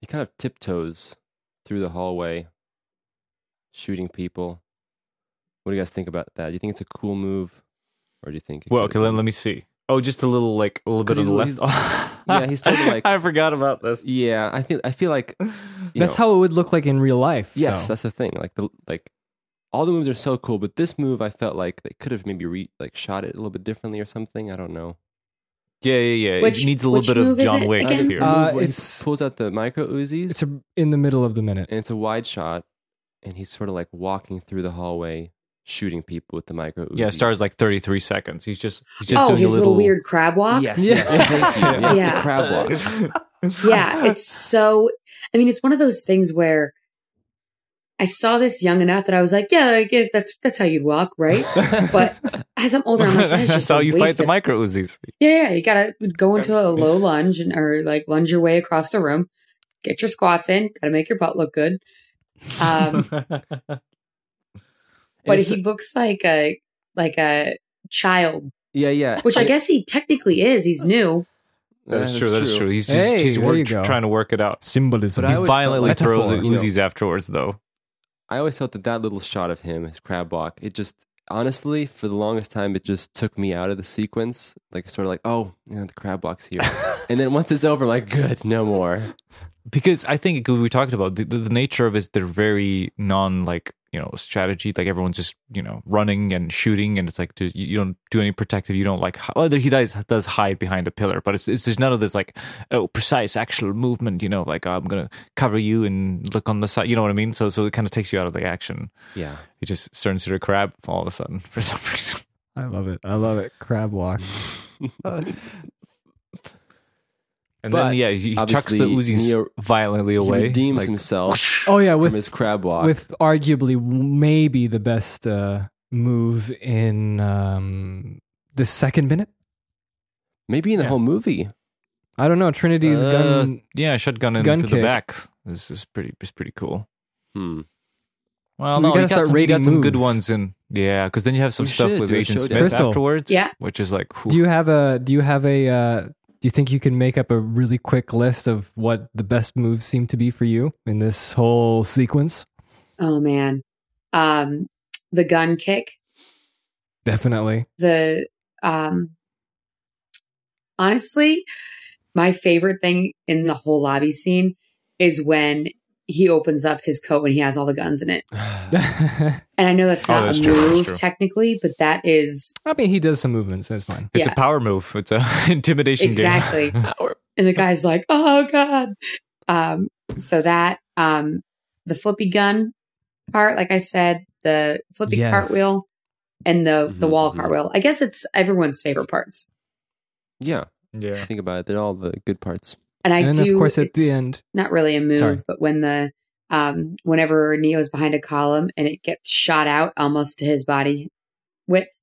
Speaker 4: he kind of tiptoes through the hallway, shooting people. What do you guys think about that? Do you think it's a cool move, or do you think? it
Speaker 3: Well, okay,
Speaker 4: could've
Speaker 3: let,
Speaker 4: been-
Speaker 3: let me see. Oh, just a little like a little bit of
Speaker 4: Because
Speaker 3: the
Speaker 4: he's-
Speaker 3: left. <laughs>
Speaker 4: yeah, he's sort of like-
Speaker 3: I forgot about this.
Speaker 4: Yeah, I think I feel like you
Speaker 1: That's
Speaker 4: know,
Speaker 1: how it would look like in real life.
Speaker 4: Yes,
Speaker 1: though.
Speaker 4: that's the thing. Like the like, all the moves are so cool, but this move I felt like they could have maybe re, like shot it a little bit differently or something. I don't know.
Speaker 3: Yeah, yeah, yeah.
Speaker 2: Which-
Speaker 3: it needs a little
Speaker 2: which
Speaker 3: bit
Speaker 2: move
Speaker 3: of
Speaker 2: is
Speaker 3: John
Speaker 2: it
Speaker 3: Wick
Speaker 2: again?
Speaker 3: here.
Speaker 4: The
Speaker 1: Uh,
Speaker 4: move where he
Speaker 1: it's-
Speaker 4: pulls out the micro Uzis.
Speaker 1: It's a, in the middle of the minute.
Speaker 4: and it's a wide shot, and he's sort of like walking through the hallway, shooting people with the micro.
Speaker 3: yeah,
Speaker 4: Uzis.
Speaker 3: stars like thirty three seconds. He's just he's just
Speaker 2: oh,
Speaker 3: doing
Speaker 2: his
Speaker 3: a
Speaker 2: little,
Speaker 3: <laughs>
Speaker 2: weird crab walk.
Speaker 4: <laughs> Yes, <laughs> yes,
Speaker 1: Yeah.
Speaker 4: thank you. Yes,
Speaker 2: Yeah.
Speaker 4: crab
Speaker 2: <laughs>
Speaker 4: walk.
Speaker 2: yeah, it's so. I mean, it's one of those things where I saw this young enough that I was like, "Yeah, I get- that's that's how you'd walk,
Speaker 3: <laughs>
Speaker 2: right?" But as I'm older, I'm like, "That is
Speaker 3: That's
Speaker 2: just
Speaker 3: how
Speaker 2: a
Speaker 3: you
Speaker 2: waste
Speaker 3: fight the
Speaker 2: of-
Speaker 3: micro Uzis.
Speaker 2: Yeah, yeah, you gotta go into
Speaker 3: <laughs>
Speaker 2: a low lunge and or like lunge your way across the room, get your squats in, gotta make your butt look good.
Speaker 3: <laughs>
Speaker 2: <laughs> Um, but
Speaker 4: it's-
Speaker 2: he looks like a like a child,
Speaker 4: Yeah,
Speaker 2: <laughs>
Speaker 4: yeah.
Speaker 2: which I guess he technically is. He's new.
Speaker 3: That's true. That's true. He's just,
Speaker 1: Hey,
Speaker 3: he's
Speaker 1: there
Speaker 3: worked-
Speaker 1: you go.
Speaker 3: trying to work it out.
Speaker 1: Symbolism.
Speaker 4: But I
Speaker 3: He
Speaker 4: always
Speaker 3: violently
Speaker 1: felt like-
Speaker 3: throws the
Speaker 4: Metaphor.
Speaker 3: Uzis afterwards, though.
Speaker 4: I always felt that that little shot of him, his crab walk, it just honestly for the longest time it just took me out of the sequence. Like sort of like, oh, yeah, the crab
Speaker 3: <laughs>
Speaker 4: walk's here, and then once it's over, I'm like, good, no more.
Speaker 3: because I think we talked about the, the, the nature of it. They're very non like you know strategy. Like everyone's just you know running and shooting, and it's like just, you, you don't do any protective. You don't like hi- well, he does does hide behind a pillar, but it's it's there's none of this like oh precise actual movement. You know, like oh, I'm gonna cover you and look on the side. You know what I mean? So so it kind of takes you out of the action.
Speaker 4: <laughs> Yeah,
Speaker 3: It just turns into a crab all of a sudden for some <laughs> reason.
Speaker 1: I love it. I love it. Crab walk.
Speaker 3: And
Speaker 4: But
Speaker 3: then yeah, he he chucks the
Speaker 4: obviously,
Speaker 3: Uzis
Speaker 4: Neo-
Speaker 3: violently
Speaker 4: he
Speaker 3: away.
Speaker 4: redeems
Speaker 3: like, <laughs>
Speaker 4: himself
Speaker 1: Oh yeah,
Speaker 4: from
Speaker 1: with
Speaker 4: his crab walk.
Speaker 1: with arguably maybe the best uh, move in um, the second minute.
Speaker 4: Maybe in the
Speaker 1: Yeah.
Speaker 4: whole movie.
Speaker 1: I don't know. Trinity's
Speaker 3: Uh,
Speaker 1: gun.
Speaker 3: Yeah, shotgun into
Speaker 1: Gun
Speaker 3: the
Speaker 1: kick.
Speaker 3: back. This is pretty. It's pretty cool.
Speaker 4: Hmm.
Speaker 3: Well,
Speaker 1: We
Speaker 3: no,
Speaker 1: gotta
Speaker 3: you got,
Speaker 1: start
Speaker 3: some, you
Speaker 1: rating
Speaker 3: got some good
Speaker 1: moves.
Speaker 3: ones in. Yeah, because then you have some
Speaker 4: We
Speaker 3: stuff
Speaker 4: should
Speaker 3: with
Speaker 4: do a
Speaker 3: Agent
Speaker 4: showdown.
Speaker 3: Smith
Speaker 1: Crystal.
Speaker 3: afterwards.
Speaker 2: Yeah.
Speaker 3: which is like, whew.
Speaker 1: Do you have a? Do you have a? Uh, do you think you can make up a really quick list of what the best moves seem to be for you in this whole sequence?
Speaker 2: Oh man, um, the gun kick, <laughs>
Speaker 1: Definitely.
Speaker 2: the um, honestly, my favorite thing in the whole lobby scene is when he opens up his coat and he has all the guns in it.
Speaker 1: I
Speaker 2: And I know that's
Speaker 3: Oh,
Speaker 2: not
Speaker 3: that's
Speaker 2: a
Speaker 3: true, that's
Speaker 2: move
Speaker 3: true.
Speaker 2: technically, but that is
Speaker 1: mean, he does some movements. So it's fine.
Speaker 3: It's
Speaker 2: Yeah.
Speaker 3: a power move. It's a intimidation
Speaker 1: <laughs>
Speaker 2: Exactly.
Speaker 3: game.
Speaker 2: and the guy's like, "Oh God!" Um, so that um, the flippy gun part, like I said, the flippy
Speaker 1: Yes. Mm-hmm,
Speaker 2: cartwheel and the the
Speaker 4: Mhm,
Speaker 2: wall
Speaker 4: mhm.
Speaker 2: cartwheel. I guess it's everyone's favorite parts,
Speaker 4: <sighs> Yeah,
Speaker 3: yeah.
Speaker 4: think about it. They're all the good parts.
Speaker 2: and I
Speaker 1: and
Speaker 2: do.
Speaker 1: then, of course, at the
Speaker 2: it's
Speaker 1: end,
Speaker 2: not really a move,
Speaker 1: Sorry.
Speaker 2: but when the um, whenever Neo's behind a column and it gets shot out almost to his body width,
Speaker 1: Oh,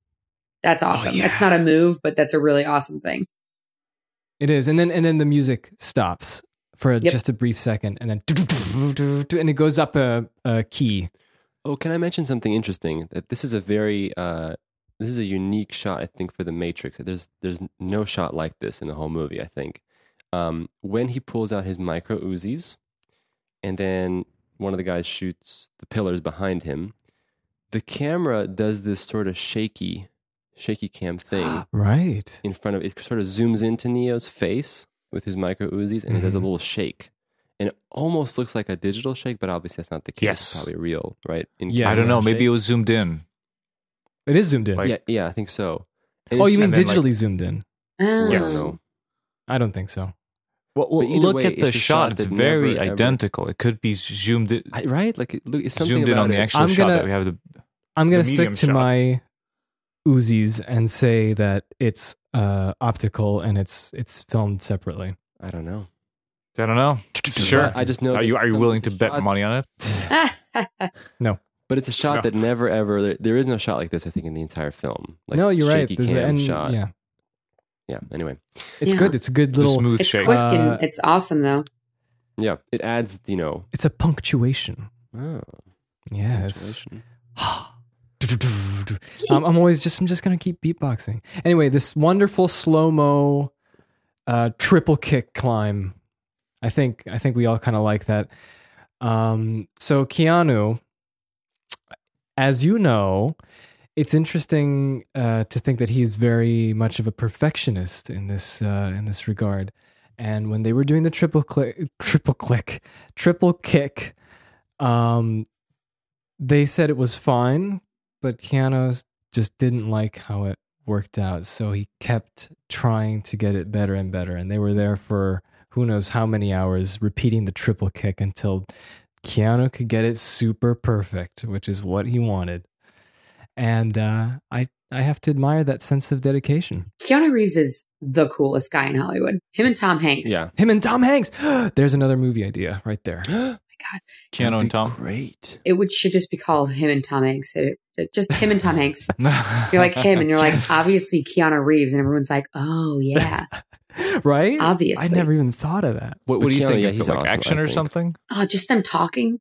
Speaker 2: that's awesome.
Speaker 3: yeah.
Speaker 2: That's not a move, but that's a really awesome thing.
Speaker 1: it is, and then and then the music stops for
Speaker 2: Yep.
Speaker 1: just a brief second, and then and it goes up a, a key.
Speaker 4: Oh, can I mention something interesting? That this is a very uh, this is a unique shot, I think, for the Matrix. There's there's no shot like this in the whole movie. I think um, when he pulls out his micro Uzis, and then one of the guys shoots the pillars behind him, the camera does this sort of shaky, shaky cam thing
Speaker 1: Right.
Speaker 4: in front of it. Sort of zooms into Neo's face with his micro Uzis, and it does a
Speaker 3: Mm-hmm.
Speaker 1: Mhm.
Speaker 4: little shake. And it almost looks like a digital shake, but obviously that's not the case. It's
Speaker 3: Yes.
Speaker 4: probably real, right? In
Speaker 1: Yeah,
Speaker 3: I don't know.
Speaker 4: camera
Speaker 3: Maybe
Speaker 4: shake.
Speaker 3: it was zoomed in.
Speaker 1: It is zoomed in.
Speaker 3: Like-
Speaker 4: yeah, yeah, I think so.
Speaker 1: oh, you mean
Speaker 3: And then, like-
Speaker 1: digitally zoomed in?
Speaker 2: Oh.
Speaker 4: Yeah,
Speaker 3: Yes.
Speaker 4: no.
Speaker 1: I don't think so.
Speaker 3: Well, well,
Speaker 4: either
Speaker 3: look
Speaker 4: way,
Speaker 3: at the
Speaker 4: it's a
Speaker 3: shot.
Speaker 4: shot
Speaker 3: It's
Speaker 4: that
Speaker 3: very
Speaker 4: never, ever-
Speaker 3: identical. It could be zoomed in,
Speaker 4: I, right? Like, it, look, it's something
Speaker 3: zoomed in
Speaker 4: about
Speaker 3: on the
Speaker 4: it.
Speaker 3: actual
Speaker 1: I'm
Speaker 3: shot
Speaker 1: gonna-
Speaker 3: that we have. The,
Speaker 1: I'm
Speaker 3: The
Speaker 1: gonna stick
Speaker 3: medium
Speaker 1: to
Speaker 3: shot.
Speaker 1: my Uzis and say that it's uh, optical and it's it's filmed separately.
Speaker 4: I don't know.
Speaker 3: I don't know. Sure.
Speaker 4: I just know.
Speaker 3: Are
Speaker 4: that
Speaker 3: you are you
Speaker 4: some-
Speaker 3: willing
Speaker 4: it's a
Speaker 3: to bet
Speaker 4: shot-
Speaker 3: money on it?
Speaker 2: Ah,
Speaker 4: But it's a shot
Speaker 3: No.
Speaker 4: that never ever. There, there is no shot like this. I think in the entire film. Like,
Speaker 1: no, you're right.
Speaker 4: shaky
Speaker 1: There's
Speaker 4: Cam
Speaker 1: a- and-
Speaker 4: shot. Yeah.
Speaker 1: Yeah,
Speaker 4: Anyway.
Speaker 1: it's
Speaker 2: Yeah.
Speaker 1: good. It's a good
Speaker 3: The
Speaker 1: little.
Speaker 3: smooth
Speaker 2: it's
Speaker 3: shake.
Speaker 2: quick
Speaker 1: Uh,
Speaker 2: and it's awesome though.
Speaker 4: Yeah. It adds. You know.
Speaker 1: It's a punctuation.
Speaker 4: Oh,
Speaker 1: Yes.
Speaker 4: punctuation.
Speaker 1: <sighs> um, I'm always just I'm just gonna keep beatboxing. Anyway, this wonderful slow mo, uh, triple kick climb. I think I think we all kind of like that. Um, so Keanu, as you know, it's interesting uh, to think that he's very much of a perfectionist in this uh, in this regard. And when they were doing the triple click, triple click, triple kick, um, they said it was fine, but Keanu just didn't like how it worked out. So he kept trying to get it better and better. And they were there for who knows how many hours repeating the triple kick until Keanu could get it super perfect, which is what he wanted. And uh, I, I have to admire that sense of dedication.
Speaker 2: Keanu Reeves is the coolest guy in Hollywood. Him and Tom Hanks.
Speaker 4: Yeah.
Speaker 1: Him and Tom Hanks. <gasps> There's another movie idea right there.
Speaker 3: Keanu and Tom.
Speaker 4: Great.
Speaker 2: It would should just be called him and Tom Hanks. It, it- just him and Tom Hanks. You're like him, and you're
Speaker 1: Yes.
Speaker 2: like obviously Keanu Reeves, and everyone's like, oh
Speaker 1: <laughs>
Speaker 2: yeah,
Speaker 1: right?
Speaker 2: obviously.
Speaker 1: I never even thought of that.
Speaker 3: What,
Speaker 4: But
Speaker 3: what do you
Speaker 4: Keanu,
Speaker 3: think?
Speaker 4: yeah,
Speaker 3: If
Speaker 4: he's
Speaker 3: it's like
Speaker 4: awesome,
Speaker 3: action
Speaker 4: I
Speaker 3: or
Speaker 4: think.
Speaker 3: something?
Speaker 2: Oh, just them talking,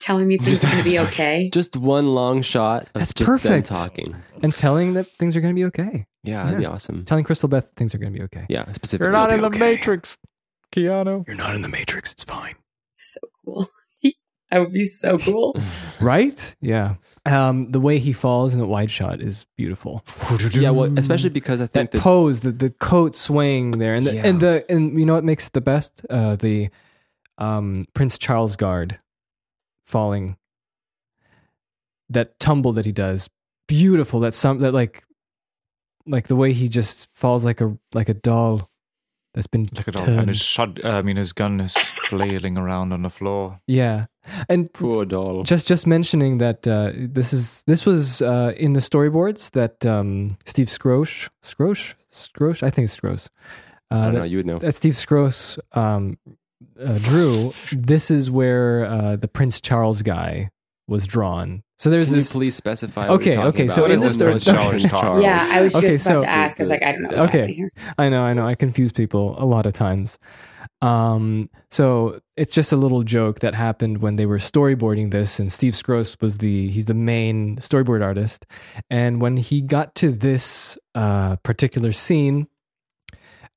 Speaker 2: telling me things are
Speaker 1: <laughs>
Speaker 2: gonna be okay.
Speaker 4: Just one long shot. Of
Speaker 1: That's
Speaker 4: just
Speaker 1: perfect.
Speaker 4: Them talking.
Speaker 1: And telling that things are going to be okay.
Speaker 4: Yeah, that'd be
Speaker 1: Yeah.
Speaker 4: awesome.
Speaker 1: Telling Crystal Beth that things are going to be okay.
Speaker 4: Yeah, specifically.
Speaker 1: Matrix, Keanu.
Speaker 5: You're not in the Matrix. It's fine.
Speaker 2: So cool. I would be
Speaker 1: <laughs>
Speaker 2: so cool.
Speaker 1: Right? Yeah. Um, the way he falls in the wide shot is beautiful.
Speaker 4: Yeah, well, especially because
Speaker 1: <laughs>
Speaker 4: I
Speaker 1: that
Speaker 4: think that
Speaker 1: pose, the, the coat swaying there, and the,
Speaker 4: Yeah.
Speaker 1: and the and you know what makes it the best? Uh, the um, Prince Charles guard falling. That tumble that he does, beautiful. That some that like, like the way he just falls like a like a doll that's been
Speaker 3: Look at all.
Speaker 1: turned.
Speaker 3: And his shot. I mean, his gun is flailing around on the floor.
Speaker 1: yeah, and
Speaker 4: poor doll.
Speaker 1: just just mentioning that uh, this is this was uh, in the storyboards that um, Steve Scrosh Scrosh Scrosh I think it's Scrosh
Speaker 4: I
Speaker 1: uh,
Speaker 4: don't know.
Speaker 1: that,
Speaker 4: You would know.
Speaker 1: that Steve Scrosh um, uh,
Speaker 4: <laughs>
Speaker 1: drew. This is where uh, the Prince Charles guy was drawn. So there's
Speaker 4: Can you
Speaker 1: this
Speaker 4: please specify? what
Speaker 1: Okay,
Speaker 4: you're talking
Speaker 1: okay,
Speaker 4: about?
Speaker 1: so
Speaker 4: What
Speaker 1: in
Speaker 4: is
Speaker 1: the <laughs>
Speaker 4: Prince
Speaker 1: story-
Speaker 4: Charles and Charles?
Speaker 2: Yeah, I was just
Speaker 1: Okay,
Speaker 2: about
Speaker 1: so-
Speaker 2: to ask. I was like, I don't know what's
Speaker 1: Okay.
Speaker 2: happening here.
Speaker 1: I know, I know. I confuse people a lot of times. Um, so it's just a little joke that happened when they were storyboarding this, and Steve Scross was the he's the main storyboard artist, and when he got to this uh, particular scene,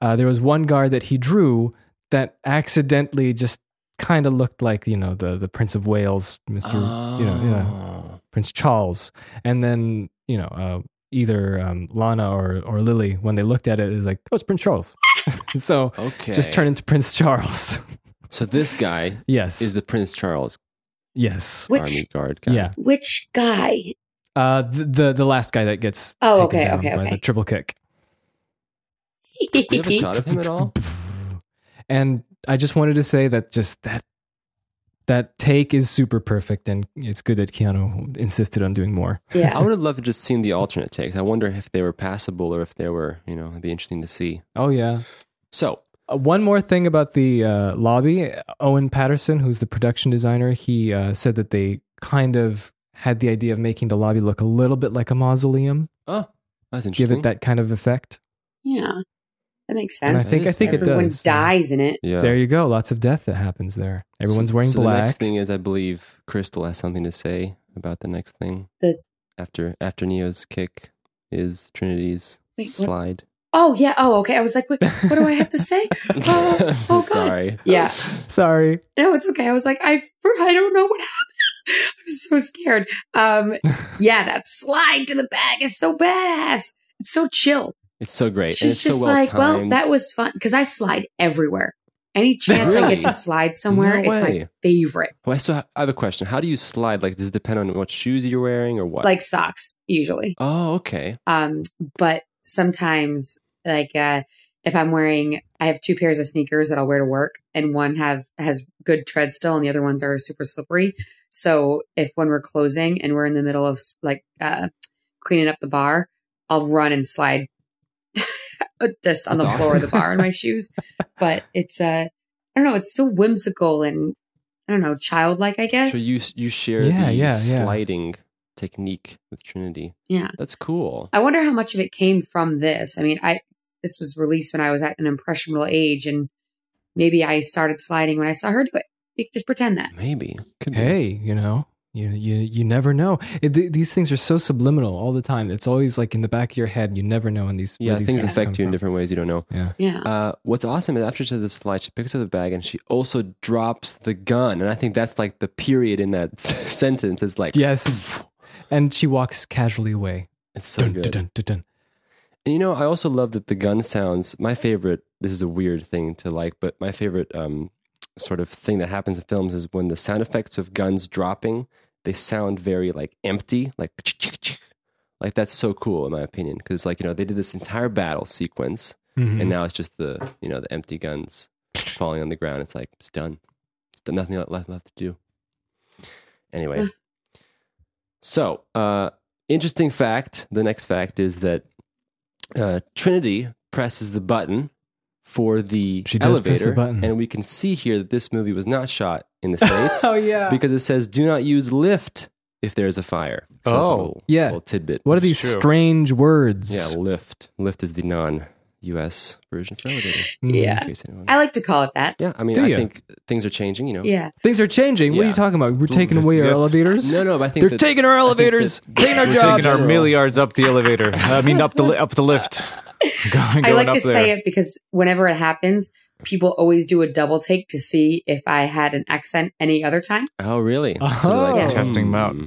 Speaker 1: uh, there was one guard that he drew that accidentally just kind of looked like you know the the Prince of Wales, Mister, you know, yeah.
Speaker 4: Oh.
Speaker 1: Prince Charles, and then you know uh, either um, Lana or or Lily when they looked at it, it was like, oh, it's Prince Charles. <laughs> so
Speaker 4: Okay.
Speaker 1: just turn into Prince Charles. <laughs>
Speaker 4: So this guy
Speaker 1: Yes.
Speaker 4: is the Prince Charles
Speaker 1: yes.
Speaker 2: Which
Speaker 4: Army Guard guy.
Speaker 1: Yeah.
Speaker 2: which guy?
Speaker 1: Uh, the, the the last guy that gets
Speaker 2: Oh,
Speaker 1: taken
Speaker 2: okay,
Speaker 1: down
Speaker 2: okay,
Speaker 1: by
Speaker 2: okay.
Speaker 1: the triple kick. <sighs>
Speaker 4: You have a shot of him at all?
Speaker 1: And I just wanted to say that just that that take is super perfect, and it's good that Keanu insisted on doing more.
Speaker 2: <laughs>
Speaker 4: I
Speaker 2: yeah.
Speaker 4: would have loved to just seen the alternate takes. I wonder if they were passable or if they were, you know, it'd be interesting to see.
Speaker 1: Oh yeah.
Speaker 4: So
Speaker 1: Uh, one more thing about the uh, lobby. Owen Patterson, who's the production designer, he uh, said that they kind of had the idea of making the lobby look a little bit like a mausoleum,
Speaker 4: Oh, that's
Speaker 1: give
Speaker 4: interesting.
Speaker 1: it that kind of effect.
Speaker 2: Yeah. That makes
Speaker 1: And I
Speaker 2: sense.
Speaker 1: think I think it
Speaker 2: Everyone
Speaker 1: does.
Speaker 2: dies in it.
Speaker 4: Yeah.
Speaker 1: There you go. Lots of death that happens there. Everyone's
Speaker 4: So-
Speaker 1: wearing
Speaker 4: so The
Speaker 1: black.
Speaker 4: next thing is, I believe Crystal has something to say about the next thing.
Speaker 2: The-
Speaker 4: after after Neo's kick is Trinity's
Speaker 2: Wait, what?
Speaker 4: slide.
Speaker 2: Oh yeah. Oh okay. I was like, wait, what do I
Speaker 1: <laughs>
Speaker 2: have to say? <laughs>
Speaker 4: <laughs>
Speaker 2: Oh, oh, God.
Speaker 4: Sorry.
Speaker 2: Yeah.
Speaker 1: Sorry.
Speaker 2: No, it's okay. I was like, I I don't know what <laughs> happens. I'm so scared.
Speaker 4: <laughs>
Speaker 2: Um, yeah, that slide to the back is so badass. It's so chill.
Speaker 4: It's so great. and
Speaker 2: She's
Speaker 4: it's
Speaker 2: just
Speaker 4: so well
Speaker 2: like, well,
Speaker 4: timed.
Speaker 2: that was fun because I slide everywhere. Any chance I get to
Speaker 4: Really?
Speaker 2: slide somewhere,
Speaker 4: No
Speaker 2: it's my
Speaker 4: way.
Speaker 2: favorite.
Speaker 4: Oh, I still ha- I have a question. How do you slide? Like, does it depend on what shoes you're wearing or what?
Speaker 2: Like socks usually.
Speaker 4: oh, okay.
Speaker 2: Um, but sometimes like uh if I'm wearing I have two pairs of sneakers that I'll wear to work and one have has good tread still and the other ones are super slippery. So if when we're closing and we're in the middle of like uh cleaning up the bar, I'll run and slide <laughs> just on the
Speaker 4: That's
Speaker 2: floor of
Speaker 4: awesome.
Speaker 2: the bar in my
Speaker 4: <laughs>
Speaker 2: shoes. But it's uh I don't know, it's so whimsical and I don't know, childlike, I guess.
Speaker 4: So you you share
Speaker 1: Yeah,
Speaker 4: the
Speaker 1: yeah, yeah.
Speaker 4: sliding technique with Trinity.
Speaker 2: Yeah. Uh,
Speaker 4: That's cool.
Speaker 2: I wonder how much of it came from this. I mean, I this was released when I was at an impressionable age, and maybe I started sliding when I saw her do it. You could just pretend that.
Speaker 4: Maybe. Could be.
Speaker 1: Hey, you know, you you you never know. It, th- these things are so subliminal all the time. It's always like in the back of your head. You never know when these where
Speaker 4: Yeah,
Speaker 1: these
Speaker 4: things
Speaker 1: come
Speaker 4: affect you in
Speaker 1: from.
Speaker 4: different ways you don't know.
Speaker 2: Yeah,
Speaker 4: Uh, what's awesome is after she does the slide, she picks up the bag and she also drops the gun. And I think that's like the period in that <laughs> s- sentence is like,
Speaker 1: Yes, and she walks casually away.
Speaker 4: <sniffs> it's so
Speaker 1: Dun,
Speaker 4: good.
Speaker 1: dun, dun, dun, dun.
Speaker 4: And you know, I also love that the gun sounds. My favorite. This is a weird thing to like, but my favorite um, sort of thing that happens in films is when the sound effects of guns dropping, they sound very like empty, like <sniffs> like that's so cool in my opinion because like you know they did this entire battle sequence
Speaker 1: Mhm.
Speaker 4: and now it's just the you know the empty guns falling on the ground. It's like it's done. It's done. Nothing left left left to do. Anyway, so uh, interesting fact. The next fact is that uh, Trinity presses the button for the
Speaker 1: She does
Speaker 4: elevator,
Speaker 1: press the button.
Speaker 4: and we can see here that this movie was not shot
Speaker 1: <laughs>
Speaker 4: in the states
Speaker 1: oh yeah.
Speaker 4: because it says do not use lift if there is a fire. So that's a
Speaker 3: Oh,
Speaker 4: little,
Speaker 1: yeah.
Speaker 4: little tidbit.
Speaker 1: what are
Speaker 3: It's
Speaker 1: these
Speaker 3: true.
Speaker 1: strange words?
Speaker 4: Yeah, lift. Lift is the non-U.S. version for elevator.
Speaker 1: Mm.
Speaker 2: Yeah.
Speaker 4: In case anyone.
Speaker 2: I like to call it that.
Speaker 4: Yeah, I mean,
Speaker 1: Do
Speaker 4: I
Speaker 1: ya?
Speaker 4: think things are changing. You know.
Speaker 2: Yeah,
Speaker 1: Things are changing. What are you
Speaker 4: Yeah.
Speaker 1: talking about? We're taking away our
Speaker 3: Yeah.
Speaker 1: elevators.
Speaker 4: No, no, but I think
Speaker 1: They're
Speaker 4: that-
Speaker 1: taking our
Speaker 4: I think
Speaker 1: elevators,
Speaker 4: that-
Speaker 1: taking our
Speaker 3: We're
Speaker 1: jobs.
Speaker 3: taking our milliards up the elevator. I mean, up the li- up the lift.
Speaker 2: <laughs>
Speaker 3: Going,
Speaker 2: I
Speaker 3: going
Speaker 2: like
Speaker 3: up
Speaker 2: to
Speaker 3: there.
Speaker 2: say it because whenever it happens, people always do a double take to see if I had an accent any other time.
Speaker 4: Oh, really?
Speaker 1: Oh. Yeah.
Speaker 3: Testing them out.
Speaker 4: hmm.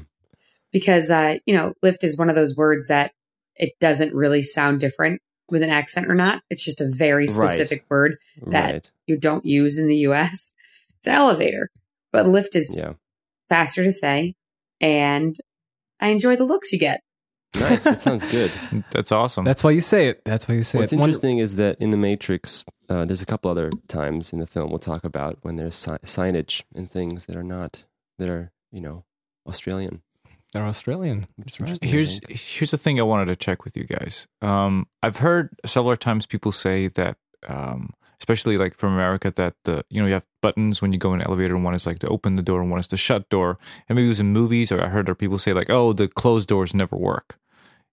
Speaker 2: Because uh, you know, lift is one of those words that it doesn't really sound different with an accent or not. It's just a very
Speaker 4: Right.
Speaker 2: specific word. That-
Speaker 4: Right.
Speaker 2: you don't use in the US. It's an elevator. But Lyft is
Speaker 4: Yeah.
Speaker 2: faster to say. And I enjoy the looks you get.
Speaker 4: <laughs> Nice. That sounds good.
Speaker 3: That's
Speaker 1: <laughs>
Speaker 3: awesome.
Speaker 1: That's why you say it. That's why you say
Speaker 4: What's
Speaker 1: it. Wonder-
Speaker 4: interesting is that in the Matrix, uh, there's a couple other times in the film we'll talk about when there's si- signage and things that are not that are you know Australian.
Speaker 1: They're Australian.
Speaker 4: Which is
Speaker 1: Right.
Speaker 4: interesting, I
Speaker 3: here's
Speaker 4: think.
Speaker 3: here's the thing I wanted to check with you guys. Um, I've heard several times people say that, um, especially like from America, that the you know you have buttons when you go in an elevator, and one is like to open the door, and one is to shut door. And maybe it was in movies, or I heard that people say like, oh, the closed doors never work.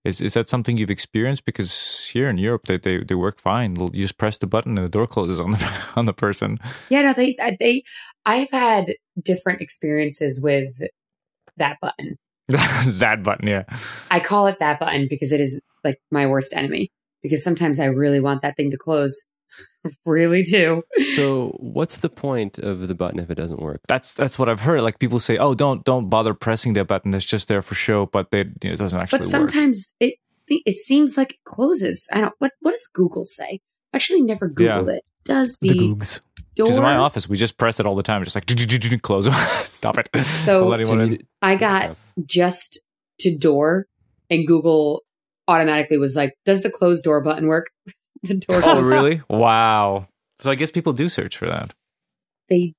Speaker 3: Is is that something you've experienced? Because here in Europe, they they, they work fine. You just press the button, and the door closes on the <laughs> on the person.
Speaker 2: Yeah, no, they, uh, they, I've had different experiences with that button.
Speaker 3: that button, yeah.
Speaker 2: I call it that button because it is like my worst enemy. Because sometimes I really want that thing to close. <laughs> really do.
Speaker 4: So, what's the point of the button if it doesn't work?
Speaker 3: That's that's what I've heard. Like people say, oh, don't don't bother pressing that button. It's just there for show, but they, you know, it doesn't actually
Speaker 2: But
Speaker 3: work.
Speaker 2: sometimes it, it seems like it closes. I don't, what, what does Google say? I actually never Googled it. Does
Speaker 1: The Googs.
Speaker 2: door.
Speaker 3: Just in my office, we just press it all the time. Just like close. <laughs> Stop it.
Speaker 2: So-
Speaker 3: I'll let anyone in.
Speaker 2: I got just to door and Google automatically was like, does the closed door button work? <laughs> the door.
Speaker 3: Oh,
Speaker 2: goes-
Speaker 3: really? Wow. So I guess people do search for that.
Speaker 2: They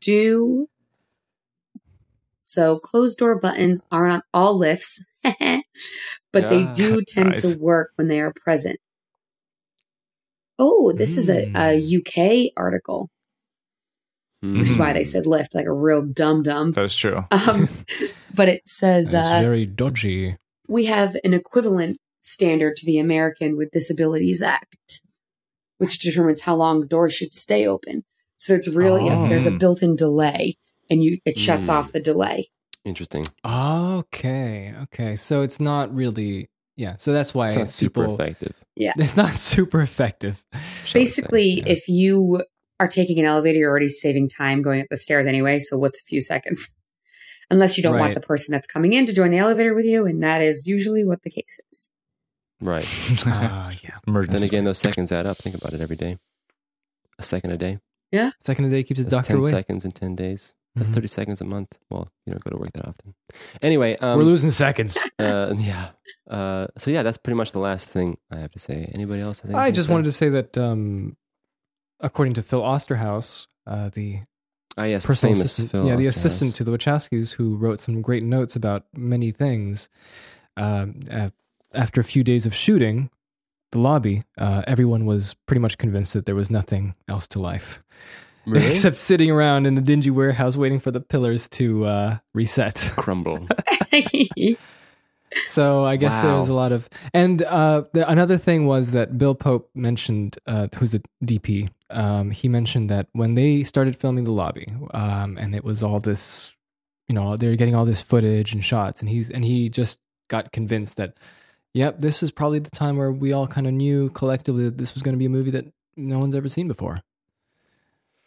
Speaker 2: do. So closed door buttons are on all lifts, <laughs> but they
Speaker 4: Yeah.
Speaker 3: <laughs>
Speaker 2: do tend
Speaker 3: Nice.
Speaker 2: to work when they are present. Oh, this is a,
Speaker 3: Hmm.
Speaker 2: a UK article, which is why they
Speaker 3: Hmm.
Speaker 4: Hmm.
Speaker 2: said lift, like a real dumb dumb.
Speaker 3: That's
Speaker 4: <laughs>
Speaker 3: true.
Speaker 2: <laughs> Um, but it says uh,
Speaker 1: It's very dodgy.
Speaker 2: we have an equivalent standard to the American with Disabilities Act, which determines how long the door should stay open. So it's really
Speaker 1: Oh. Hmm.
Speaker 2: there's a built-in delay, and you it shuts
Speaker 4: Mm.
Speaker 2: off the delay.
Speaker 4: Interesting.
Speaker 1: Okay, okay. So it's not really yeah. So that's why
Speaker 4: It's not super
Speaker 1: people-
Speaker 4: effective.
Speaker 1: <laughs> It's not super
Speaker 4: <laughs>
Speaker 1: effective.
Speaker 4: shall we say.
Speaker 2: Basically,
Speaker 1: yeah.
Speaker 2: if you are taking an elevator, you're already saving time going up the stairs anyway. So what's a few seconds? <laughs> Unless you don't want
Speaker 1: Right.
Speaker 2: the person that's coming in to join the elevator with you, and that is usually what the case is.
Speaker 4: Right.
Speaker 1: Ah, yeah.
Speaker 3: Emergency.
Speaker 4: Then again, those seconds add up. Think about it every day. A second a day.
Speaker 1: Second of the day keeps the
Speaker 4: That's
Speaker 1: doctor
Speaker 4: 10
Speaker 1: away.
Speaker 4: seconds in 10 days. That's
Speaker 1: Mhm.
Speaker 4: 30 seconds a month. Well, you don't go to work that often. Anyway, um,
Speaker 1: We're losing seconds.
Speaker 4: uh, <laughs> yeah. Uh, so, yeah, that's pretty much the last thing I have to say. Anybody else? has
Speaker 1: I
Speaker 4: anything
Speaker 1: just wanted to say that, um, according to Phil Osterhaus, uh, the
Speaker 4: Ah, yes, the
Speaker 1: personal
Speaker 4: famous
Speaker 1: assistant,
Speaker 4: Phil
Speaker 1: yeah, the
Speaker 4: Osterhaus.
Speaker 1: assistant to <laughs> the Wachowskis, who wrote some great notes about many things. Um, uh, after a few days of shooting, the lobby, uh, everyone was pretty much convinced that there was nothing else to life <laughs>
Speaker 4: Really?
Speaker 1: except sitting around in a dingy warehouse waiting for the pillars to uh, reset. <laughs>
Speaker 4: crumble.
Speaker 1: Oh. So I guess there
Speaker 4: Wow.
Speaker 1: was a lot of, and uh, the, another thing was that Bill Pope mentioned, uh, who's a DP. Um, he mentioned that when they started filming the lobby, um, and it was all this, you know, they were getting all this footage and shots, and he's and he just got convinced that, yep, this is probably the time where we all kind of knew collectively that this was going to be a movie that no one's ever seen before.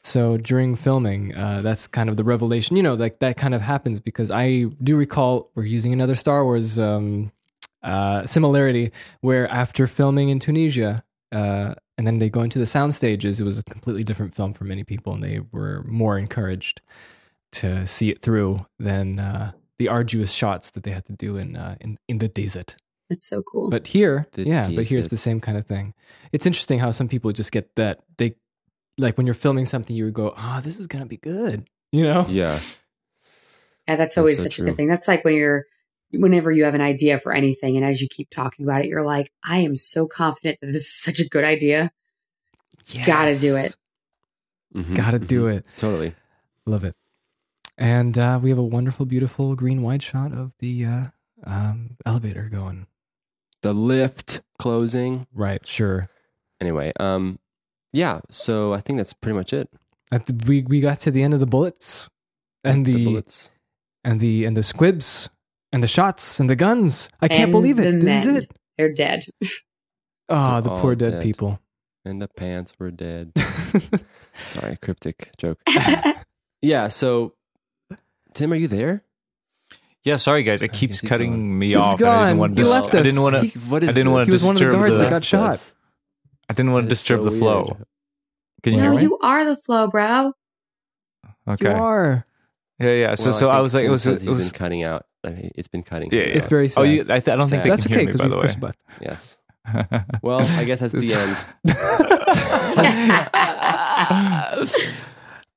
Speaker 1: So during filming, uh, that's kind of the revelation. You know, like that kind of happens because I do recall we're using another Star Wars um, uh, similarity where after filming in Tunisia uh, and then they go into the sound stages, it was a completely different film for many people, and they were more encouraged to see it through than uh, the arduous shots that they had to do in uh, in, in the desert.
Speaker 2: <laughs> That's so cool.
Speaker 1: But here,
Speaker 4: The
Speaker 1: yeah, but here's
Speaker 4: desert.
Speaker 1: the same kind of thing. It's interesting how some people just get that they like when you're filming something, you go, "Ah, this is gonna be good," you know?
Speaker 4: yeah.
Speaker 2: Yeah, that's
Speaker 4: That's
Speaker 2: always
Speaker 4: so
Speaker 2: such a
Speaker 4: true.
Speaker 2: good thing. That's like when you're, whenever you have an idea for anything, and as you keep talking about it, you're like, I am so confident that this is such a good idea. Gotta do it.
Speaker 4: Mm-hmm. Mhm,
Speaker 1: Gotta do
Speaker 4: mhm.
Speaker 1: it.
Speaker 4: Totally.
Speaker 1: Love it. And uh, we have a wonderful, beautiful green wide shot of the uh, um, elevator going.
Speaker 4: The lift closing.
Speaker 1: Right, sure.
Speaker 4: Anyway, um, yeah, so I think that's pretty much it.
Speaker 1: At the, we we got to the end of the bullets and the,
Speaker 4: bullets.
Speaker 1: and the and the squibs and the shots and the guns. I can't
Speaker 2: And
Speaker 1: believe it.
Speaker 2: the
Speaker 1: This is
Speaker 2: men.
Speaker 1: it.
Speaker 2: They're dead.
Speaker 1: Ah,
Speaker 4: They're
Speaker 1: the poor
Speaker 4: all
Speaker 1: dead,
Speaker 4: dead.
Speaker 1: people. <laughs>
Speaker 4: And the pants were dead. Sorry, cryptic joke. <laughs> yeah, so Tim, are you there?
Speaker 3: Yeah, sorry guys. It
Speaker 4: Okay,
Speaker 3: keeps
Speaker 4: he's
Speaker 3: cutting
Speaker 4: gone.
Speaker 3: me
Speaker 1: He's
Speaker 3: off. and I
Speaker 1: gone.
Speaker 3: didn't want to.
Speaker 1: He
Speaker 3: dis-
Speaker 1: left
Speaker 3: I
Speaker 1: us.
Speaker 3: didn't want to.
Speaker 4: He- what is
Speaker 3: I didn't
Speaker 4: this?
Speaker 3: wanna
Speaker 1: He was one of the
Speaker 3: disturb
Speaker 1: guards
Speaker 3: the-
Speaker 1: that got shot.
Speaker 4: Us.
Speaker 3: I didn't want to
Speaker 4: That is
Speaker 3: disturb
Speaker 4: so
Speaker 3: the flow.
Speaker 4: weird.
Speaker 2: <laughs>
Speaker 3: Can you
Speaker 2: no,
Speaker 3: hear me?
Speaker 2: you are the flow, bro.
Speaker 1: You
Speaker 3: okay.
Speaker 1: are.
Speaker 3: Yeah, yeah. So,
Speaker 4: Well,
Speaker 3: so I,
Speaker 4: think
Speaker 3: was like, it
Speaker 4: Tim
Speaker 3: was,
Speaker 4: says
Speaker 3: it
Speaker 4: he's
Speaker 3: was.
Speaker 4: been cutting out. I mean, it's been cutting.
Speaker 3: Yeah,
Speaker 4: him
Speaker 3: yeah.
Speaker 1: It's very sad.
Speaker 3: Oh, you, I, th- I don't think
Speaker 4: Sad.
Speaker 3: they
Speaker 1: That's
Speaker 3: can hear
Speaker 1: okay
Speaker 3: me.
Speaker 1: because
Speaker 3: By
Speaker 1: we
Speaker 3: the
Speaker 1: pushed
Speaker 3: way.
Speaker 1: a button.
Speaker 4: Yes.
Speaker 3: <laughs>
Speaker 4: Well, I guess that's the
Speaker 3: This-
Speaker 4: end.
Speaker 3: <laughs>
Speaker 2: end.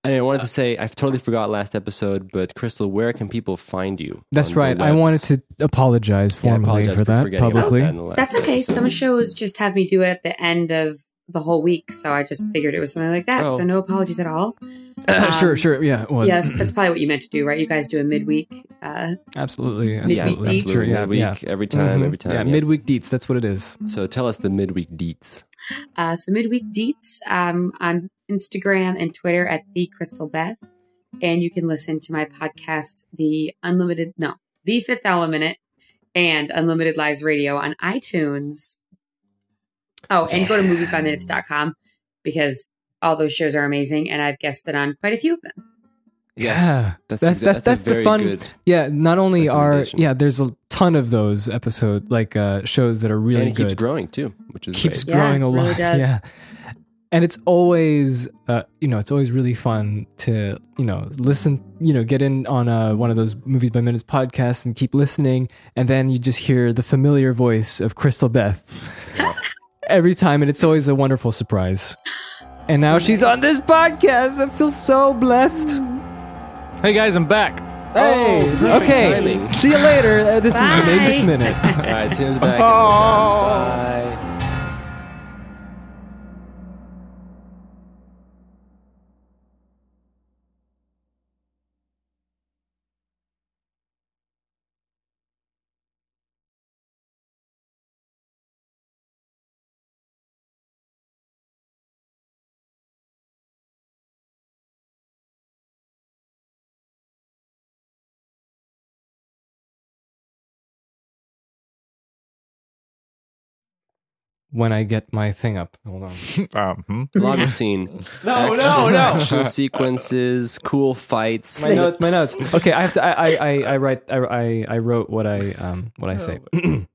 Speaker 4: And I wanted to say, I totally forgot last episode, but Crystal, where can people find you?
Speaker 1: That's
Speaker 4: on the
Speaker 1: right. I
Speaker 4: webs?
Speaker 1: wanted to apologize
Speaker 4: Yeah, I
Speaker 1: formally
Speaker 4: apologize
Speaker 1: for that
Speaker 4: forgetting about
Speaker 1: publicly.
Speaker 4: that in the last
Speaker 2: That's okay.
Speaker 4: episode.
Speaker 2: Some shows just have me do it at the end of the whole week. So I just figured it was something like that.
Speaker 4: Oh.
Speaker 2: So no apologies at all.
Speaker 1: <clears throat>
Speaker 2: Um,
Speaker 1: sure, sure. Yeah, it was.
Speaker 2: Yeah,
Speaker 1: <clears throat>
Speaker 2: that's, that's probably what you meant to do, right? You guys do a midweek. Uh,
Speaker 1: absolutely.
Speaker 2: Midweek
Speaker 4: yeah,
Speaker 1: absolutely.
Speaker 2: deets.
Speaker 1: I'm sure, yeah,
Speaker 4: midweek,
Speaker 1: yeah.
Speaker 4: every time,
Speaker 1: Mhm.
Speaker 4: every time.
Speaker 1: Yeah, midweek deets. That's what it is.
Speaker 4: So tell us the midweek deets.
Speaker 2: Uh, so midweek deets um, on Instagram and Twitter at the Crystal Beth, and you can listen to my podcasts, the Unlimited, no, the Fifth Element, and Unlimited Lives Radio on iTunes. Oh, and go to moviesbyminutes.com because all those shows are amazing, and I've guested on quite a few of them.
Speaker 4: Yes.
Speaker 1: Yeah.
Speaker 4: That's,
Speaker 1: That's-
Speaker 4: exa-
Speaker 1: that's-
Speaker 4: a
Speaker 1: that's the
Speaker 4: very
Speaker 1: fun-
Speaker 4: good.
Speaker 1: <clears throat> Yeah, not only are
Speaker 4: Recommendation.
Speaker 1: yeah, there's a ton of those episode like uh shows that are really
Speaker 4: and it
Speaker 1: good.
Speaker 4: keeps growing too, which is
Speaker 1: Keeps
Speaker 4: great.
Speaker 2: Yeah,
Speaker 1: growing a
Speaker 2: it really
Speaker 1: lot. <laughs>
Speaker 2: does.
Speaker 1: Yeah. and it's always uh, you know it's always really fun to you know listen you know get in on uh, one of those movies by minutes podcasts and keep listening and then you just hear the familiar voice of crystal
Speaker 2: <laughs>
Speaker 1: beth every time and it's always a wonderful surprise and now she's on this podcast i feel so blessed
Speaker 3: Hey guys, I'm back.
Speaker 1: hey
Speaker 4: Oh, perfect
Speaker 1: okay
Speaker 4: timing.
Speaker 1: see you later Uh, this is the matrix
Speaker 2: Bye.
Speaker 1: minute
Speaker 4: <laughs> All right,
Speaker 1: <laughs>
Speaker 4: Tim's back.
Speaker 3: Oh.
Speaker 4: Bye.
Speaker 1: when i get my thing up hold on
Speaker 3: Um, hmm.
Speaker 4: Log of scene.
Speaker 1: <laughs> No,
Speaker 4: Action-
Speaker 1: no, no.
Speaker 4: Action sequences, cool fights.
Speaker 1: my notes my notes okay i have to i i i, I write I, I i wrote what i um what i say